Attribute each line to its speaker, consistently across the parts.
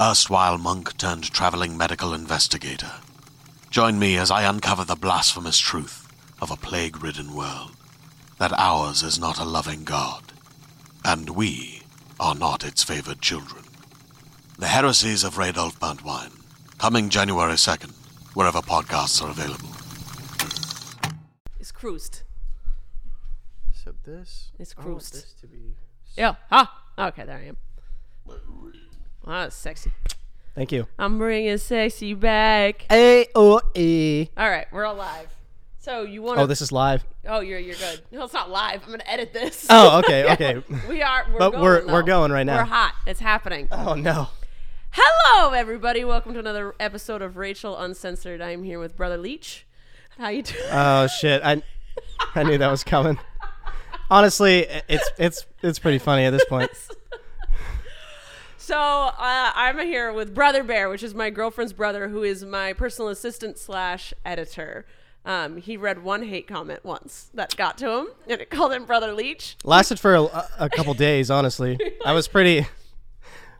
Speaker 1: erstwhile monk turned traveling medical investigator. Join me as I uncover the blasphemous truth of a plague ridden world that ours is not a loving God, and we are not its favored children. The heresies of Radolf Buntwine, coming January 2nd, wherever podcasts are available.
Speaker 2: It's cruised.
Speaker 3: So this.
Speaker 2: It's
Speaker 4: Oh,
Speaker 3: I want
Speaker 2: cruised.
Speaker 3: this to be.
Speaker 2: Yeah. Ah. Okay, there I am. Ah, that's sexy.
Speaker 4: Thank you.
Speaker 2: I'm bringing sexy back.
Speaker 4: A O E.
Speaker 2: All right, we're alive. So you want?
Speaker 4: Oh, this is live.
Speaker 2: Oh, you're you're good. No, it's not live. I'm gonna edit this.
Speaker 4: Oh, okay, okay.
Speaker 2: We are. We're
Speaker 4: But
Speaker 2: going,
Speaker 4: we're- we're
Speaker 2: though.
Speaker 4: going right now.
Speaker 2: We're hot. It's happening.
Speaker 4: Oh no.
Speaker 2: Hello, everybody. Welcome to another episode of Rachel Uncensored. I'm here with Brother Leach. How you doing?
Speaker 4: Oh shit. I I knew that was coming. Honestly, i- it's it's it's pretty funny at this point.
Speaker 2: So uh, I'm here with Brother Bear, which is my girlfriend's brother, who is my personal assistant slash editor. Um, he read one hate comment once that got to him, and it called him Brother Leech.
Speaker 4: Lasted for a, a couple days, honestly. I was pretty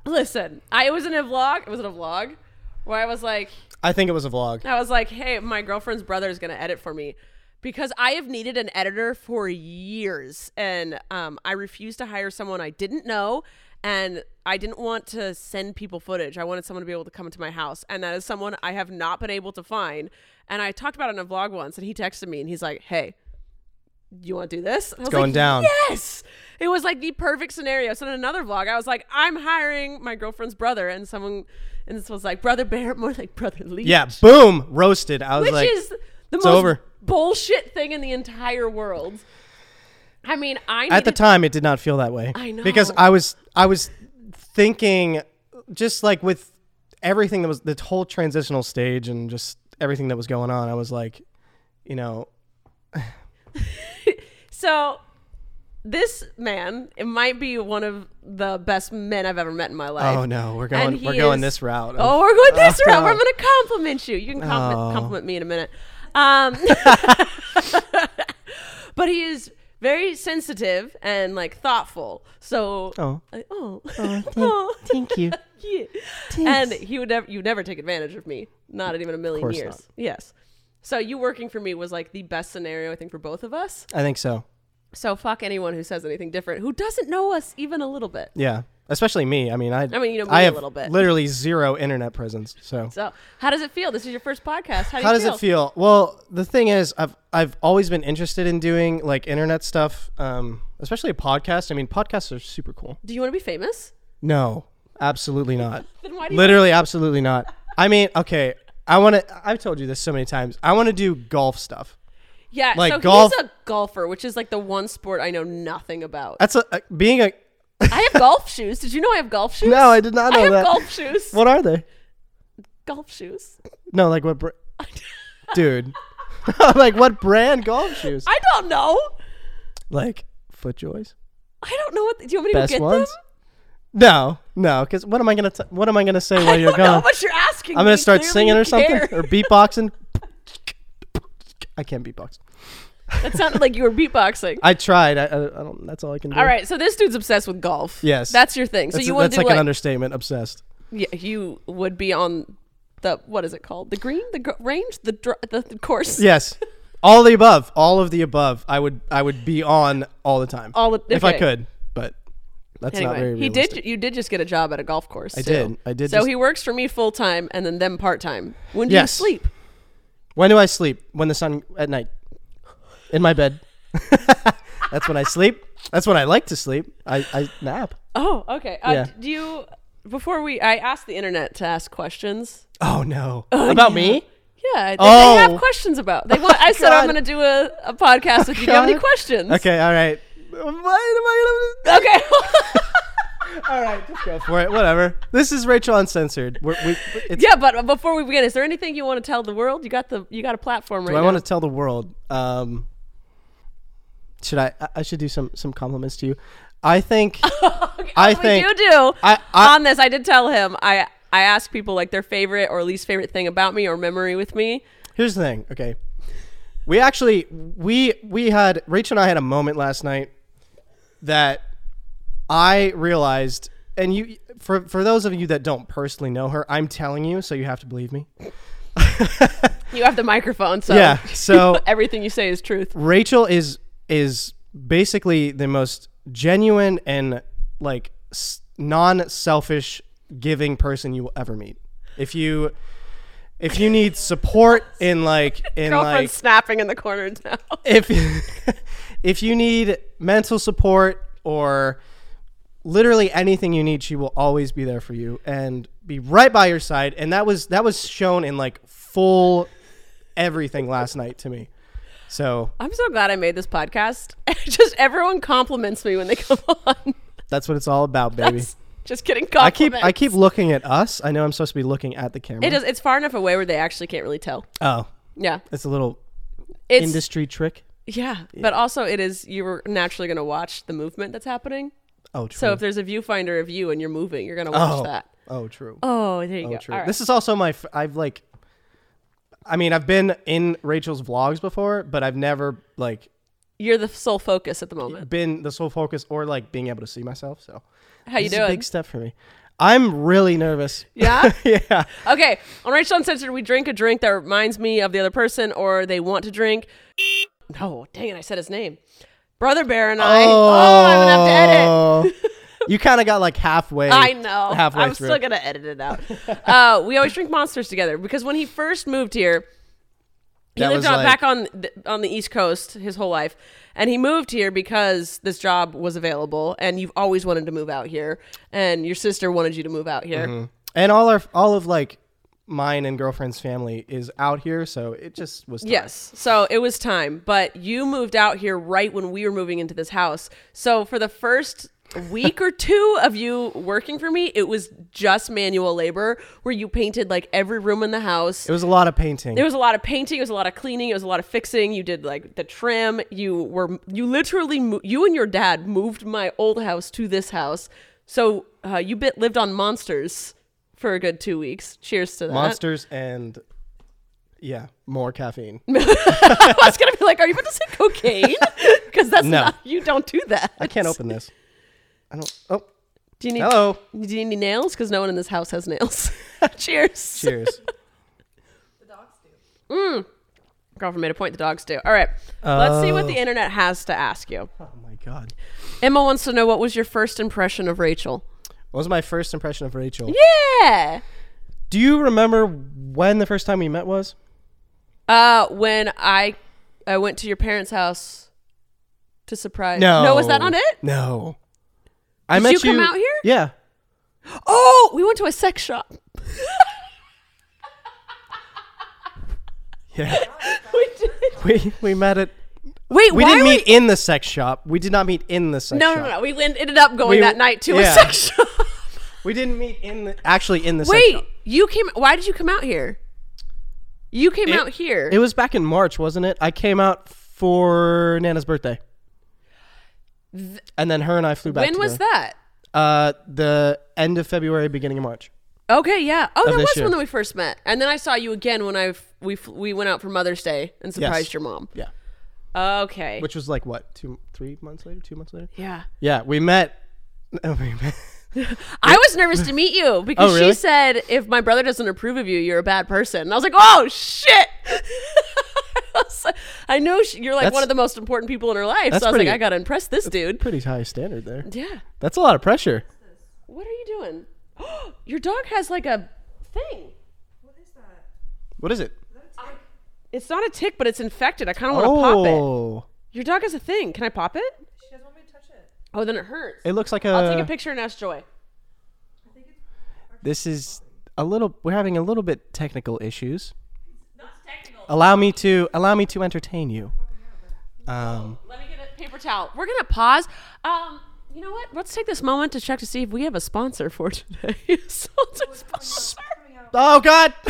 Speaker 2: Listen, I it was in a vlog. Was it a vlog? Where I was like,
Speaker 4: I think it was a vlog.
Speaker 2: I was like, hey, my girlfriend's brother is gonna edit for me because I have needed an editor for years, and um, I refused to hire someone I didn't know, and I didn't want to send people footage. I wanted someone to be able to come to my house, and that is someone I have not been able to find. And I talked about it in a vlog once, and he texted me, and he's like, hey. You want to do this? And I was
Speaker 4: going
Speaker 2: like,
Speaker 4: down.
Speaker 2: Yes, it was like the perfect scenario. So in another vlog, I was like, "I'm hiring my girlfriend's brother," and someone, and this was like, "Brother Bear," more like "Brother Leech."
Speaker 4: Yeah, boom, roasted. I was
Speaker 2: which
Speaker 4: like
Speaker 2: is the most
Speaker 4: over."
Speaker 2: bullshit thing in the entire world. I mean, I
Speaker 4: at the
Speaker 2: needed-
Speaker 4: time it did not feel that way.
Speaker 2: I know.
Speaker 4: Because I was I was thinking just like with everything that was the whole transitional stage and just everything that was going on, I was like, you know,
Speaker 2: So this man, it might be one of the best men I've ever met in my life.
Speaker 4: Oh no, we're
Speaker 2: And
Speaker 4: going
Speaker 2: he
Speaker 4: we're going
Speaker 2: is-
Speaker 4: this route.
Speaker 2: Oh, we're going this
Speaker 4: Oh.
Speaker 2: route. We're going to compliment you. You can compliment, compliment me in a minute. Um, but he is very sensitive and like thoughtful. So
Speaker 4: Oh.
Speaker 2: I- oh, oh,
Speaker 4: thank you.
Speaker 2: Yeah. And he would never, you would never take advantage of me. Not even a million
Speaker 4: course
Speaker 2: years.
Speaker 4: not.
Speaker 2: Yes. So you working for me was like the best scenario I think for both of us.
Speaker 4: I think so.
Speaker 2: So fuck anyone who says anything different, who doesn't know us even a little bit.
Speaker 4: Yeah. Especially me. I mean, I
Speaker 2: I mean, you know me
Speaker 4: I
Speaker 2: a
Speaker 4: have
Speaker 2: little bit.
Speaker 4: literally zero internet presence. So,
Speaker 2: So how does it feel? This is your first podcast. How, do
Speaker 4: how
Speaker 2: you
Speaker 4: does
Speaker 2: feel?
Speaker 4: it feel? Well, the thing is, I've I've always been interested in doing like internet stuff, um, especially a podcast. I mean, podcasts are super cool.
Speaker 2: Do you want to be famous?
Speaker 4: No, absolutely not.
Speaker 2: Then why do you
Speaker 4: literally, absolutely not. I mean, okay. I want to. I've told you this so many times. I want to do golf stuff.
Speaker 2: Yeah,
Speaker 4: Like
Speaker 2: so
Speaker 4: golf-
Speaker 2: he's a golfer, which is like the one sport I know nothing about.
Speaker 4: That's a, a being a.
Speaker 2: I have golf shoes. Did you know I have golf shoes?
Speaker 4: No, I did not
Speaker 2: I
Speaker 4: know
Speaker 2: have
Speaker 4: that.
Speaker 2: golf shoes.
Speaker 4: What are they?
Speaker 2: Golf shoes.
Speaker 4: No, like what, br- dude? like what brand golf shoes?
Speaker 2: I don't know.
Speaker 4: like FootJoys,
Speaker 2: I don't know what. do you want me to
Speaker 4: best
Speaker 2: get
Speaker 4: ones.
Speaker 2: them?
Speaker 4: No, no, because what am I gonna t- what am I gonna say while
Speaker 2: I
Speaker 4: you're
Speaker 2: don't know
Speaker 4: gone?
Speaker 2: what you're asking.
Speaker 4: I'm gonna
Speaker 2: me.
Speaker 4: start
Speaker 2: Clearly
Speaker 4: singing
Speaker 2: you
Speaker 4: or something
Speaker 2: care.
Speaker 4: or beatboxing. I can't beatbox.
Speaker 2: that sounded like you were beatboxing.
Speaker 4: I tried. I, I, I don't. That's all I can do.
Speaker 2: All right, so this dude's obsessed with golf.
Speaker 4: Yes.
Speaker 2: that's your thing. So
Speaker 4: That's,
Speaker 2: you want
Speaker 4: that's
Speaker 2: to do
Speaker 4: like,
Speaker 2: like,
Speaker 4: an understatement. Obsessed.
Speaker 2: yeah, you would be on the what is it called? The green, the gr- range, the dr- the, the course.
Speaker 4: Yes. All the above. All of the above. I would. I would be on all the time.
Speaker 2: All the-
Speaker 4: if I
Speaker 2: okay.
Speaker 4: could, but That's
Speaker 2: anyway,
Speaker 4: not very
Speaker 2: he
Speaker 4: realistic.
Speaker 2: did. You did just get a job at a golf course.
Speaker 4: I
Speaker 2: too.
Speaker 4: did. I did
Speaker 2: So
Speaker 4: just-
Speaker 2: he works for me full time, and then them part time. When do
Speaker 4: Yes.
Speaker 2: you sleep?
Speaker 4: When do I sleep? When the sun at night. In my bed. That's when I sleep. That's when I like to sleep. I, I nap.
Speaker 2: Oh, okay. Uh,
Speaker 4: Yeah.
Speaker 2: d- Do you? Before we, I asked the internet to ask questions.
Speaker 4: Oh no. About me?
Speaker 2: Yeah, they,
Speaker 4: Oh.
Speaker 2: they have questions about. They want. I said I'm
Speaker 4: God.
Speaker 2: going to do a, a podcast with you. Do you have any
Speaker 4: God.
Speaker 2: questions?
Speaker 4: Okay, all right. What am I gonna
Speaker 2: Okay.
Speaker 4: All right, just go for it. Whatever. This is Rachel Uncensored. We're, we, it's,
Speaker 2: yeah, but before we begin, is there anything you want to tell the world? You got the you got a platform right
Speaker 4: Do I
Speaker 2: now.
Speaker 4: want to tell the world? Um, should I? I- I should do some some compliments to you. I think. I
Speaker 2: Oh, we
Speaker 4: think.
Speaker 2: do do
Speaker 4: I- I-
Speaker 2: on this. I did tell him I I asked people like their favorite or least favorite thing about me or memory with me.
Speaker 4: Here's the thing. Okay, we actually we we had Rachel and I had a moment last night that I realized, and you for for those of you that don't personally know her, I'm telling you, so you have to believe me.
Speaker 2: You have the microphone, so
Speaker 4: Yeah. So
Speaker 2: everything you say is truth.
Speaker 4: Rachel is is basically the most genuine and like s- non-selfish giving person you will ever meet. If you if you need support in like in
Speaker 2: Girlfriend's
Speaker 4: like
Speaker 2: snapping in the corner now.
Speaker 4: if if you need mental support or literally anything you need, she will always be there for you and be right by your side. And that was that was shown in like full everything last night to me. So
Speaker 2: I'm so glad I made this podcast. Just everyone compliments me when they come on.
Speaker 4: that's what it's all about, baby.
Speaker 2: Just kidding.
Speaker 4: I keep
Speaker 2: Compliments.
Speaker 4: I keep looking at us. I know I'm supposed to be looking at the camera.
Speaker 2: It is. It's far enough away where they actually can't really tell.
Speaker 4: Oh,
Speaker 2: Yeah.
Speaker 4: it's a little
Speaker 2: It's
Speaker 4: industry trick.
Speaker 2: yeah, but also it is. You're naturally going to watch the movement that's happening.
Speaker 4: Oh, true.
Speaker 2: So if there's a viewfinder of you and you're moving, you're going to watch
Speaker 4: oh,
Speaker 2: that.
Speaker 4: oh, true.
Speaker 2: Oh, there you go.
Speaker 4: Oh, true.
Speaker 2: All right.
Speaker 4: This is also my. F- I've like. I mean, I've been in Rachel's vlogs before, but I've never like
Speaker 2: You're the sole focus at the moment.
Speaker 4: been the sole focus or like being able to see myself. So
Speaker 2: How you
Speaker 4: this is a
Speaker 2: doing?
Speaker 4: big step for me. I'm really nervous.
Speaker 2: Yeah.
Speaker 4: yeah.
Speaker 2: Okay. On Rachel Uncensored, we drink a drink that reminds me of the other person or they want to drink. No, dang it, I said his name. Brother Bear and I. Oh, I'm gonna have to edit.
Speaker 4: edit. Oh. you kind of got like halfway.
Speaker 2: I know.
Speaker 4: Halfway
Speaker 2: I'm
Speaker 4: through.
Speaker 2: still gonna edit it out. uh, we always drink monsters together because when he first moved here, he
Speaker 4: That
Speaker 2: lived
Speaker 4: was
Speaker 2: on,
Speaker 4: like-
Speaker 2: back on the, on the East Coast his whole life, and he moved here because this job was available, and you've always wanted to move out here, and your sister wanted you to move out here.
Speaker 4: and all our all of like mine and girlfriend's family is out here, so it just was. time.
Speaker 2: Yes. So it was time, but you moved out here right when we were moving into this house. So for the first week or two of you working for me, it was just manual labor where you painted like every room in the house.
Speaker 4: It was a lot of painting.
Speaker 2: There was a lot of painting, it was a lot of cleaning, it was a lot of fixing. You did like the trim. You were you literally mo- you and your dad moved my old house to this house. So uh, you bit lived on monsters for a good 2 weeks. Cheers to that.
Speaker 4: monsters and yeah, more caffeine.
Speaker 2: I was gonna be like, "Are you about to say cocaine?" Because that's
Speaker 4: No.
Speaker 2: not you don't do that.
Speaker 4: I can't open this. I don't. Oh,
Speaker 2: Do you need?
Speaker 4: hello.
Speaker 2: Do you need nails? Because no one in this house has nails. Cheers.
Speaker 4: Cheers.
Speaker 2: Girlfriend made a point. The dogs do. All right. Let's see what the internet has to ask you.
Speaker 4: oh my god.
Speaker 2: Emma wants to know what was your first impression of Rachel.
Speaker 4: What was my first impression of Rachel?
Speaker 2: Yeah.
Speaker 4: Do you remember when the first time we met was?
Speaker 2: Uh, when I I went to your parents' house to surprise. No, was that not it?
Speaker 4: No. I
Speaker 2: Did
Speaker 4: met
Speaker 2: you come out here?
Speaker 4: Yeah.
Speaker 2: Oh, we went to a sex shop.
Speaker 4: Yeah.
Speaker 2: We did.
Speaker 4: we we met at
Speaker 2: Wait,
Speaker 4: we
Speaker 2: why
Speaker 4: didn't
Speaker 2: were
Speaker 4: meet in the sex shop. We did not meet in the sex
Speaker 2: No,
Speaker 4: shop.
Speaker 2: no, no. We went, ended up going
Speaker 4: We-
Speaker 2: that night to a
Speaker 4: yeah.
Speaker 2: sex shop.
Speaker 4: We didn't meet in the actually in the sex
Speaker 2: Wait,
Speaker 4: shop.
Speaker 2: you came. Why did you come out here? You came out here.
Speaker 4: It was back in March, wasn't it? I came out for Nana's birthday. and then her and I flew back.
Speaker 2: when was that?
Speaker 4: that? Uh, the end of February, beginning of March.
Speaker 2: Okay, yeah. Oh, that
Speaker 4: this
Speaker 2: was
Speaker 4: year.
Speaker 2: when we first met, and then I saw you again when I f- we f- we went out for Mother's Day and surprised your mom.
Speaker 4: Yeah.
Speaker 2: Okay.
Speaker 4: Which was like what, two, three months later, two months later?
Speaker 2: yeah.
Speaker 4: Yeah, we met. we met-
Speaker 2: I was nervous to meet you because
Speaker 4: Oh, really?
Speaker 2: she said if my brother doesn't approve of you, you're a bad person. And I was like, oh shit. I was
Speaker 5: was like, I know she, you're like
Speaker 4: That's-
Speaker 5: one of the most important people in her life. So
Speaker 4: that's
Speaker 5: I was
Speaker 4: pretty-
Speaker 5: like, I gotta impress this dude.
Speaker 4: Pretty high standard there.
Speaker 5: Yeah.
Speaker 4: That's a lot of pressure.
Speaker 5: What are you doing? Your dog has like a thing.
Speaker 4: What is it?
Speaker 5: It's not a tick, but it's infected. I kind of want to pop
Speaker 4: Oh,
Speaker 5: it. Your dog has a thing. Can I pop it? She doesn't want me to touch it. Oh, then it hurts.
Speaker 4: it uh, looks like
Speaker 5: I'll take
Speaker 4: a.
Speaker 5: a picture and ask Joy.
Speaker 4: this is a little. We're having a little bit technical issues. Allow me to allow me to entertain you. Um,
Speaker 5: Let me get a paper towel. We're gonna pause. Um, you know what? Let's take this moment to check to see if we have a sponsor for today. Sold a sponsor.
Speaker 4: oh God!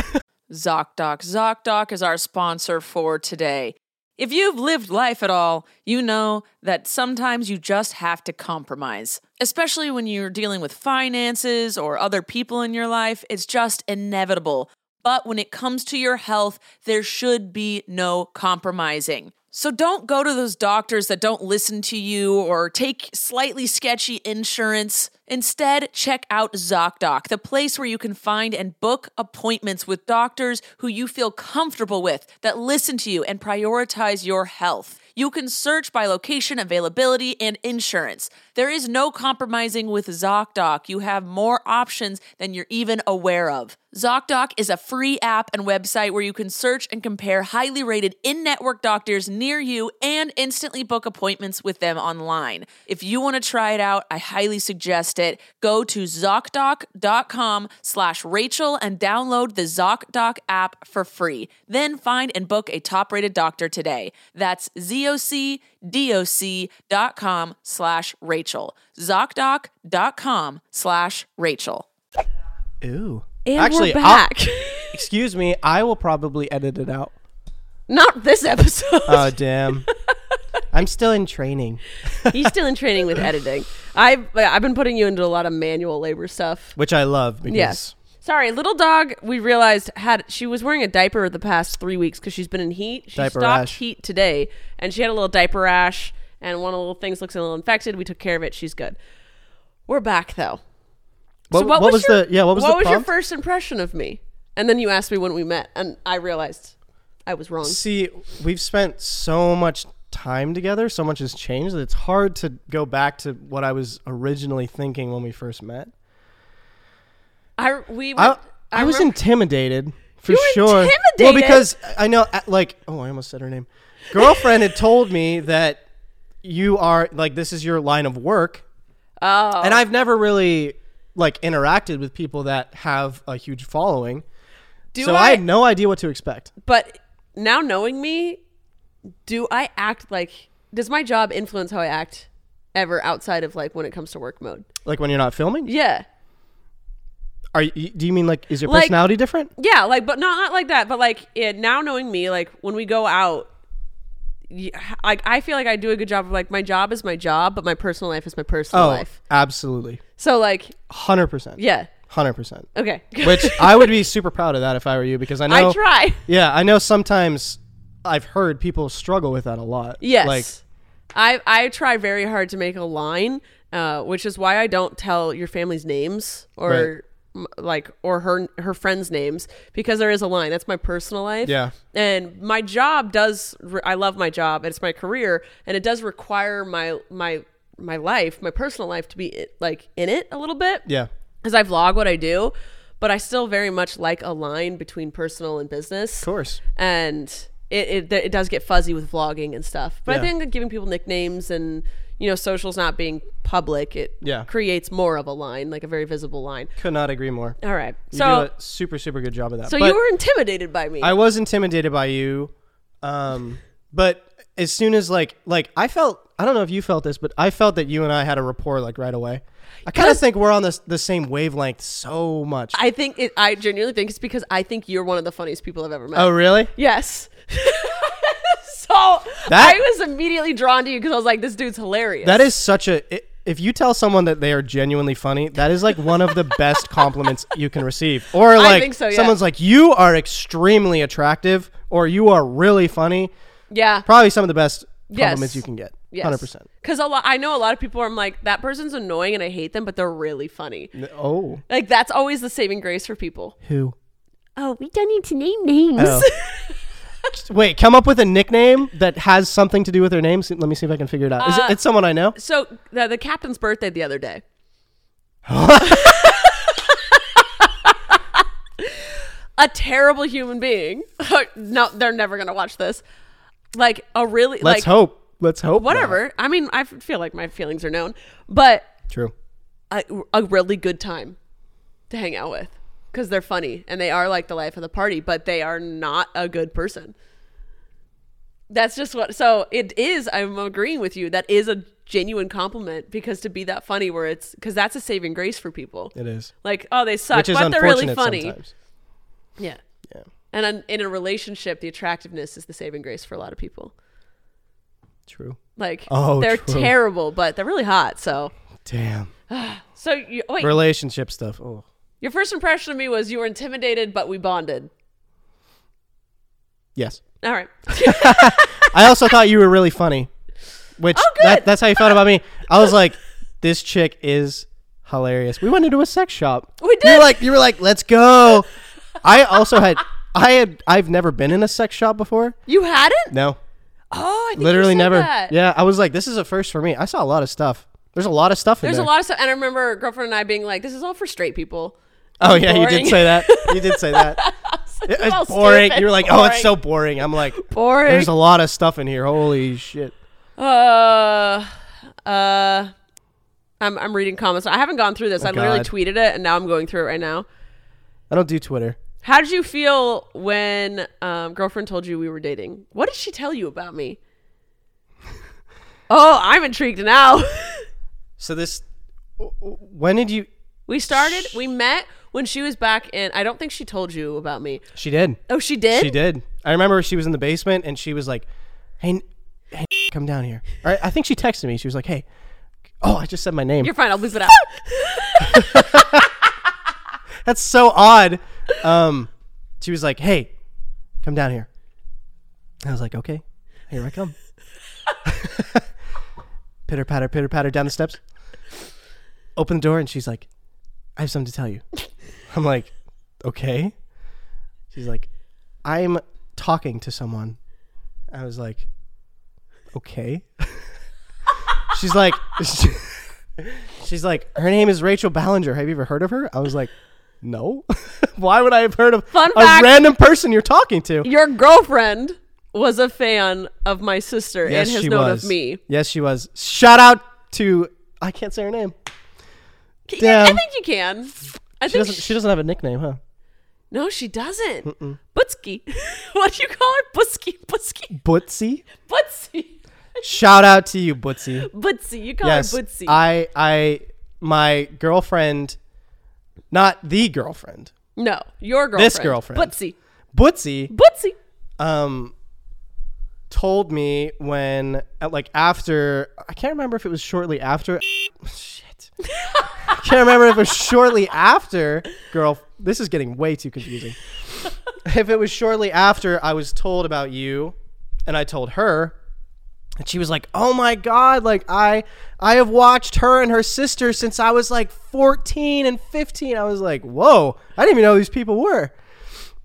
Speaker 2: ZocDoc. ZocDoc is our sponsor for today. If you've lived life at all, you know that sometimes you just have to compromise, especially when you're dealing with finances or other people in your life. It's just inevitable. But when it comes to your health, there should be no compromising. So don't go to those doctors that don't listen to you or take slightly sketchy insurance. Instead, check out ZocDoc, the place where you can find and book appointments with doctors who you feel comfortable with, that listen to you and prioritize your health. You can search by location, availability, and insurance. There is no compromising with ZocDoc. You have more options than you're even aware of. ZocDoc is a free app and website where you can search and compare highly rated in network doctors near you and instantly book appointments with them online. If you want to try it out, I highly suggest it. Go to ZocDoc.com slash Rachel and download the ZocDoc app for free. Then find and book a top rated doctor today. That's ZocDoc.com slash Rachel. ZocDoc.com slash Rachel.
Speaker 4: Ooh.
Speaker 5: And
Speaker 4: Actually,
Speaker 5: we're
Speaker 4: I'll-
Speaker 5: back.
Speaker 4: Excuse me. I will probably edit it out.
Speaker 5: Not this episode.
Speaker 4: Oh damn! I'm still in training.
Speaker 5: He's still in training with editing. I've I've been putting you into a lot of manual labor stuff.
Speaker 4: which I love because
Speaker 5: Yes. Sorry, little dog. We realized had she was wearing a diaper the past three weeks because she's been in heat. She
Speaker 4: Diaper
Speaker 5: stopped
Speaker 4: rash.
Speaker 5: heat today, and she had a little diaper rash, and one of the little things looks a little infected. We took care of it. She's good. We're back though.
Speaker 4: Oh, what,
Speaker 5: So what, was, your,
Speaker 4: the yeah what was the
Speaker 5: your
Speaker 4: prompt?
Speaker 5: first impression of me? And then you asked me when we met, and I realized I was wrong.
Speaker 4: See, we've spent so much time together, so much has changed that it's hard to go back to what I was originally thinking when we first met.
Speaker 5: I we
Speaker 4: I
Speaker 5: went,
Speaker 4: I, was
Speaker 5: remember-
Speaker 4: intimidated for
Speaker 5: You were
Speaker 4: sure. Well,
Speaker 5: intimidated?
Speaker 4: because I know uh, like oh, I almost said her name. Girlfriend had told me that you are like this is your line of work. Oh. And I've never really like interacted with people that have a huge following.
Speaker 5: Do
Speaker 4: so I
Speaker 5: I-
Speaker 4: had no idea what to expect.
Speaker 5: but now knowing me, do I act like? Does my job influence how I act ever outside of like when it comes to work mode?
Speaker 4: Like when you're not filming?
Speaker 5: Yeah,
Speaker 4: Are you, do you mean like is your
Speaker 5: Like-
Speaker 4: personality different?
Speaker 5: yeah, like but not not like that. But like yeah, now knowing me, like when we go out. y- Like I feel like I do a good job of like my job is my job, but my personal life is my
Speaker 4: Oh.
Speaker 5: personal life.
Speaker 4: absolutely.
Speaker 5: So like,
Speaker 4: 100%.
Speaker 5: yeah,
Speaker 4: 100%.
Speaker 5: okay.
Speaker 4: Which I would be super proud of that if I were you because I know
Speaker 5: I try.
Speaker 4: Yeah, I know sometimes I've heard people struggle with that a lot.
Speaker 5: Yes.
Speaker 4: Like
Speaker 5: I I try very hard to make a line, uh, which is why I don't tell your family's names or m like or her her friends' names because there is a line. That's my personal life.
Speaker 4: Yeah.
Speaker 5: And my job does. Re- I love my job. It's my career, and it does require my my my life, my personal life, to be like in it a little bit
Speaker 4: yeah.
Speaker 5: because I vlog what I do, but I still very much like a line between personal and business. Of
Speaker 4: course.
Speaker 5: And it, it, th- it does get fuzzy with vlogging and stuff. But I
Speaker 4: Yeah.
Speaker 5: think that giving people nicknames and, you know, socials not being public, it
Speaker 4: Yeah.
Speaker 5: creates more of a line, like a very visible line.
Speaker 4: Could not agree more.
Speaker 5: All right.
Speaker 4: You
Speaker 5: So,
Speaker 4: do a super super good job of that.
Speaker 5: so
Speaker 4: But
Speaker 5: you were intimidated by me.
Speaker 4: I was intimidated by you. Um but as soon as like like I felt I don't know if you felt this, but I felt that you and I had a rapport like right away. I kind of think we're on the the same wavelength so much.
Speaker 5: I think it, I genuinely think it's because I think you're one of the funniest people I've ever met.
Speaker 4: oh really?
Speaker 5: Yes. so
Speaker 4: That-
Speaker 5: I was immediately drawn to you because I was like, this dude's hilarious.
Speaker 4: That is such a. i- If you tell someone that they are genuinely funny, that is like one of the best compliments you can receive. Or like
Speaker 5: think so, yeah.
Speaker 4: someone's like, "You are extremely attractive," or "You are really funny."
Speaker 5: yeah.
Speaker 4: Probably some of the best compliments
Speaker 5: Yes.
Speaker 4: you can get.
Speaker 5: Yes.
Speaker 4: Hundred percent.
Speaker 5: Because a lot, I know a lot of people. are like, that person's annoying, and I hate them, but they're really funny.
Speaker 4: Oh,
Speaker 5: Like that's always the saving grace for people.
Speaker 4: who?
Speaker 6: Oh, we don't need to name names.
Speaker 4: Oh. Wait, come up with a nickname that has something to do with their name. See- Let me see if I can figure it out. Is
Speaker 5: Uh,
Speaker 4: it, it's someone I know.
Speaker 5: So the, the captain's birthday the other day. a terrible human being. no, they're never gonna watch this. Like a really
Speaker 4: Let's
Speaker 5: like
Speaker 4: hope. Let's hope. not.
Speaker 5: whatever. I mean, I feel like my feelings are known, but
Speaker 4: True.
Speaker 5: a, a really good time to hang out with because they're funny and they are like the life of the party, but they are not a good person. That's just what. So it is. I'm agreeing with you. That is a genuine compliment because to be that funny, where it's because that's a saving grace for people.
Speaker 4: It is.
Speaker 5: Like, oh, they suck,
Speaker 4: Which is
Speaker 5: but they're really
Speaker 4: unfortunate
Speaker 5: funny.
Speaker 4: sometimes.
Speaker 5: Yeah. Yeah. And in- in a relationship, the attractiveness is the saving grace for a lot of people.
Speaker 4: True.
Speaker 5: Like,
Speaker 4: Oh,
Speaker 5: they're
Speaker 4: true.
Speaker 5: terrible, but they're really hot. So,
Speaker 4: Damn.
Speaker 5: so you, wait,
Speaker 4: Relationship stuff. Oh.
Speaker 5: Your first impression of me was you were intimidated, but we bonded.
Speaker 4: Yes.
Speaker 5: All right.
Speaker 4: I also thought you were really funny, which
Speaker 5: Oh, good.
Speaker 4: that, that's how you felt about me. I was like, this chick is hilarious. We went into a sex shop.
Speaker 5: We
Speaker 4: You
Speaker 5: did.
Speaker 4: were like, you were like, let's go. I also had, I had, I've never been in a sex shop before.
Speaker 5: You hadn't?
Speaker 4: No,
Speaker 5: Oh, I think you
Speaker 4: literally
Speaker 5: said
Speaker 4: never.
Speaker 5: that.
Speaker 4: Yeah, I was like, this is a first for me. I saw a lot of stuff. There's a lot of stuff
Speaker 5: There's
Speaker 4: in there.
Speaker 5: a lot of stuff, and I remember girlfriend and I being like, "This is all for straight people."
Speaker 4: Oh yeah, you
Speaker 5: boring.
Speaker 4: did say that. You did say that. it
Speaker 5: all
Speaker 4: was boring.
Speaker 5: stupid,
Speaker 4: you were like, oh, it's so boring. I'm like,
Speaker 5: Boring.
Speaker 4: there's a lot of stuff in here. Holy shit.
Speaker 5: uh, uh, I'm I'm reading comments. I haven't gone through this. I literally
Speaker 4: Oh God.
Speaker 5: tweeted it, and now I'm going through it right now.
Speaker 4: I don't do Twitter.
Speaker 5: How did you feel when um, girlfriend told you we were dating? What did she tell you about me? oh, I'm intrigued now.
Speaker 4: So this, when did you?
Speaker 5: we started. We met when she was back in. I don't think she told you about me.
Speaker 4: She did.
Speaker 5: Oh, she did.
Speaker 4: She did. I remember she was in the basement and she was like, "Hey, n- hey, come down here." All right, I think she texted me. She was like, "Hey, oh, I just said my name."
Speaker 5: You're fine. I'll leave it out.
Speaker 4: That's so odd. Um, she was like, "Hey, come down here." I was like, "Okay, here I come." pitter patter, pitter patter down the steps. Open the door, and she's like, "I have something to tell you." I'm like, "Okay." She's like, "I'm talking to someone." I was like, "Okay." she's like, she's like, her name is Rachel Ballinger. Have you ever heard of her? I was like, no. Why would I have heard of
Speaker 5: Fun
Speaker 4: a
Speaker 5: fact.
Speaker 4: random person you're talking to?
Speaker 5: Your girlfriend was a fan of my sister
Speaker 4: Yes,
Speaker 5: and has
Speaker 4: she
Speaker 5: known
Speaker 4: was.
Speaker 5: of me.
Speaker 4: Yes, she was. Shout out to I can't say her name.
Speaker 5: Yeah, I
Speaker 4: Damn.
Speaker 5: think you can. I
Speaker 4: She
Speaker 5: think
Speaker 4: doesn't. She doesn't have a nickname, huh?
Speaker 5: no, she doesn't. Butsky. what do you call her? Butsky. Butsky.
Speaker 4: Bootsy.
Speaker 5: Butsy.
Speaker 4: Shout out to you, Bootsy.
Speaker 5: Butsy. You call
Speaker 4: Yes,
Speaker 5: her Butsy.
Speaker 4: I. I. My girlfriend, not the girlfriend,
Speaker 5: no, your girlfriend.
Speaker 4: This girlfriend.
Speaker 5: Butsy.
Speaker 4: Bootsy.
Speaker 5: Butsy.
Speaker 4: um told me when at, like after I can't remember if it was shortly after shit. I can't remember if it was shortly after girl this is getting way too confusing. if it was shortly after I was told about you and I told her and she was like, "Oh my god, like I I have watched her and her sister since I was like 14 and 15." I was like, "Whoa, I didn't even know who these people were."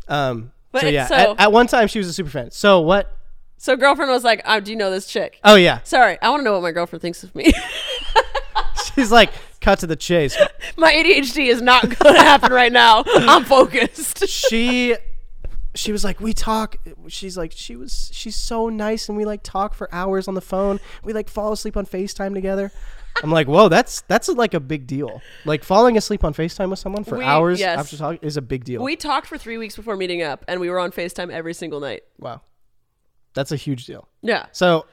Speaker 4: Um
Speaker 5: But
Speaker 4: so yeah,
Speaker 5: so-
Speaker 4: at, at one time she was a super fan. So what?
Speaker 5: So girlfriend was like, oh, do you know this chick?
Speaker 4: Oh yeah,
Speaker 5: Sorry, I want to know what my girlfriend thinks of me.
Speaker 4: she's like cut to the chase.
Speaker 5: my ADHD is not going to happen right now. I'm focused.
Speaker 4: She she was like we talk. She's like she was she's so nice and we like talk for hours on the phone. We like fall asleep on Facetime together. I'm like, whoa, that's that's like a big deal. Like falling asleep on Facetime with someone for
Speaker 5: We-
Speaker 4: hours
Speaker 5: yes.
Speaker 4: after talking is a big deal.
Speaker 5: We talked for three weeks before meeting up, and we were on FaceTime every single night.
Speaker 4: wow, that's a huge deal.
Speaker 5: Yeah.
Speaker 4: So,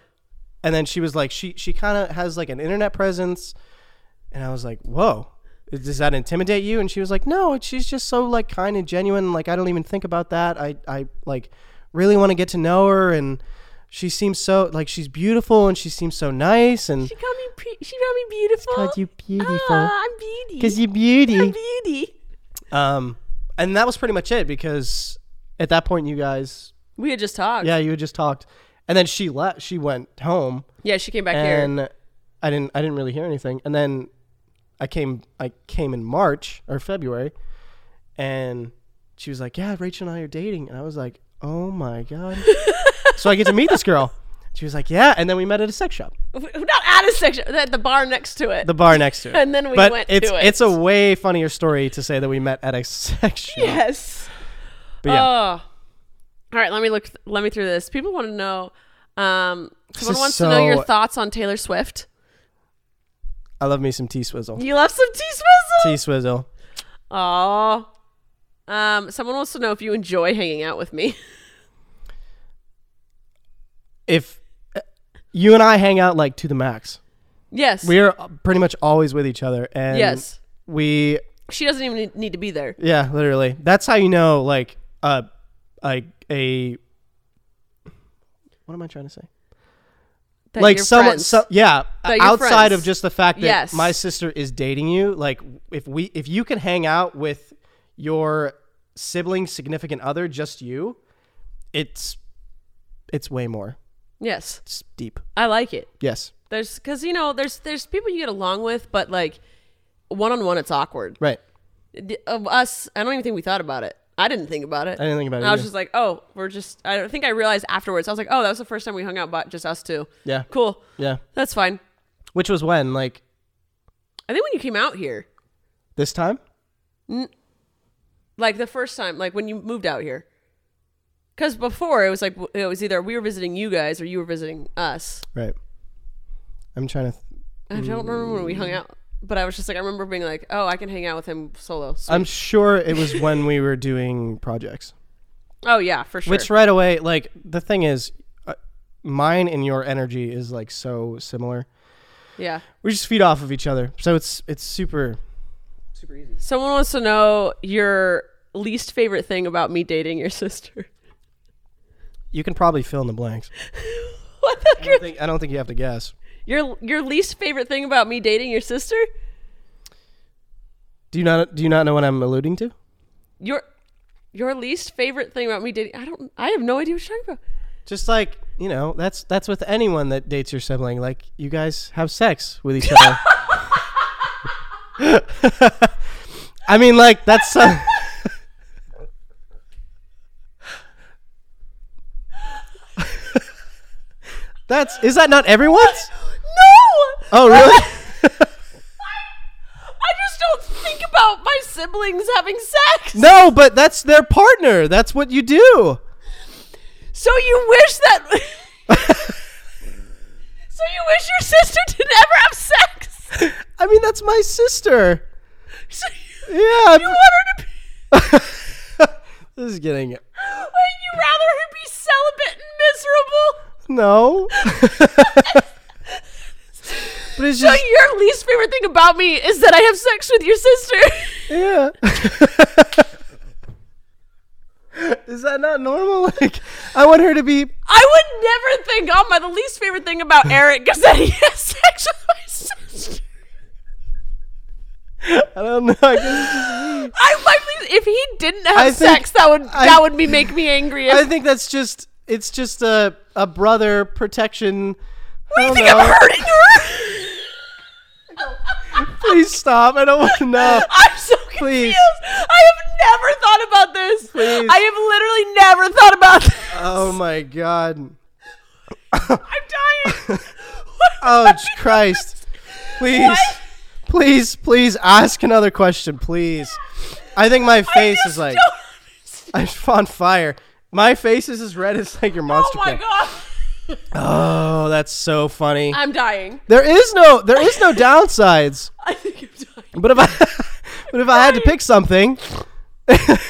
Speaker 4: and then she was like, she she kind of has like an internet presence, and I was like, whoa, does that intimidate you? And she was like, no, she's just so like kind and genuine. Like I don't even think about that. I I like really want to get to know her, and she seems so like she's beautiful, and she seems so nice, and
Speaker 5: She called me. Pre- she called me beautiful.
Speaker 4: called you beautiful.
Speaker 5: Ah, I'm beauty.
Speaker 4: because you're beauty.
Speaker 5: beauty.
Speaker 4: Um, and that was pretty much it because at that point you guys,
Speaker 5: We had just talked.
Speaker 4: yeah, you had just talked, and then she left. She went home.
Speaker 5: Yeah, she came back here.
Speaker 4: and I didn't I didn't really hear anything. And then I came I came in March or February, and she was like, "Yeah, Rachel and I are dating," and I was like, oh my god. so I get to meet this girl. She was like, yeah, and then we met at a sex shop,
Speaker 5: Not at a section, at the bar next to it.
Speaker 4: the bar next to it.
Speaker 5: And then we
Speaker 4: but
Speaker 5: went
Speaker 4: it's,
Speaker 5: to it.
Speaker 4: It's a way funnier story to say that we met at a sex shop.
Speaker 5: yes.
Speaker 4: But yeah,
Speaker 5: Oh. All right, let me look. Let me through this. People want to know. Um, someone
Speaker 4: is
Speaker 5: wants to know your
Speaker 4: so-
Speaker 5: thoughts on Taylor Swift.
Speaker 4: I love me some T Swizzle.
Speaker 5: You love some T Swizzle.
Speaker 4: T Swizzle.
Speaker 5: Oh. Um, someone wants to know if you enjoy hanging out with me.
Speaker 4: If uh, you and I hang out like to the max,
Speaker 5: yes.
Speaker 4: we are pretty much always with each other, and
Speaker 5: Yes.
Speaker 4: we
Speaker 5: She doesn't even need- need to be there.
Speaker 4: Yeah, literally. That's how you know, like, uh, like a. What am I trying to say?
Speaker 5: That
Speaker 4: like
Speaker 5: you're
Speaker 4: someone,
Speaker 5: friends.
Speaker 4: so, yeah.
Speaker 5: That you're
Speaker 4: Outside
Speaker 5: friends.
Speaker 4: of just the fact that
Speaker 5: Yes.
Speaker 4: my sister is dating you, like, if we, if you can hang out with your sibling, significant other, just you, it's, it's way more.
Speaker 5: yes,
Speaker 4: It's deep.
Speaker 5: I like it.
Speaker 4: Yes.
Speaker 5: There's because you know there's there's people you get along with, but like one on one, it's awkward.
Speaker 4: Right.
Speaker 5: D- Of us, I don't even think we thought about it. I didn't think about it.
Speaker 4: I didn't think about it
Speaker 5: I was
Speaker 4: either.
Speaker 5: just like, oh, we're just. I don't think I realized afterwards. I was like, oh, that was the first time we hung out, but just us two.
Speaker 4: Yeah.
Speaker 5: Cool.
Speaker 4: Yeah.
Speaker 5: That's fine.
Speaker 4: Which was when, like,
Speaker 5: I think when you came out here,
Speaker 4: this time.
Speaker 5: like the first time, like when you moved out here, because before it was like w- it was either we were visiting you guys or you were visiting us.
Speaker 4: Right. I'm trying to. Th-
Speaker 5: I don't remember when we hung
Speaker 4: Mm.
Speaker 5: out, but I was just like, I remember being like, oh, I can hang out with him solo. So-
Speaker 4: I'm sure it was when we were doing projects.
Speaker 5: oh yeah, for sure.
Speaker 4: Which right away, like the thing is, uh, mine and your energy is like so similar.
Speaker 5: yeah.
Speaker 4: We just feed off of each other, so it's it's super.
Speaker 5: Someone wants to know your least favorite thing about me dating your sister.
Speaker 4: You can probably fill in the blanks.
Speaker 5: what the
Speaker 4: I don't think, I don't think you have to guess.
Speaker 5: Your your least favorite thing about me dating your sister?
Speaker 4: Do you not do you not know what I'm alluding to?
Speaker 5: Your your least favorite thing about me dating? I don't. I have no idea what you're talking about.
Speaker 4: Just like you know, that's that's with anyone that dates your sibling. Like you guys have sex with each other. I mean, like that's. Uh, That's is that not everyone's?
Speaker 5: No,
Speaker 4: Oh really?
Speaker 5: I just don't think about my siblings having sex.
Speaker 4: No, but that's their partner. That's what you do.
Speaker 5: So you wish that. so you wish your sister did never have sex.
Speaker 4: I mean, that's my sister.
Speaker 5: So you,
Speaker 4: Yeah.
Speaker 5: you want her to be.
Speaker 4: this is getting
Speaker 5: Wait, you rather her be celibate and miserable?
Speaker 4: no. but it's
Speaker 5: So
Speaker 4: just
Speaker 5: your least favorite thing about me is that I have sex with your sister.
Speaker 4: yeah. is that not normal? Like, I want her to be.
Speaker 5: I would never think, oh my, the least favorite thing about Eric is that he has sex with my sister.
Speaker 4: I don't know. I guess.
Speaker 5: I my least, if he didn't have
Speaker 4: I think-
Speaker 5: sex, that would
Speaker 4: I-
Speaker 5: that would be make me angry.
Speaker 4: I think that's just. It's just a a brother protection. What
Speaker 5: I think I'm hurting her.
Speaker 4: Please stop. I don't want to know.
Speaker 5: I'm so confused.
Speaker 4: Please.
Speaker 5: I have never thought about this.
Speaker 4: Please.
Speaker 5: I have literally never thought about this.
Speaker 4: Oh my god.
Speaker 5: I'm dying.
Speaker 4: Oh j- Christ! Please, please, please ask another question, please. I think my face is like I'm on fire. My face is as red as like your
Speaker 5: Oh
Speaker 4: monster.
Speaker 5: my
Speaker 4: can.
Speaker 5: god.
Speaker 4: Oh, that's so funny.
Speaker 5: I'm dying.
Speaker 4: there is no, there is no downsides.
Speaker 5: I think I'm dying.
Speaker 4: But if I, but if I had to pick something,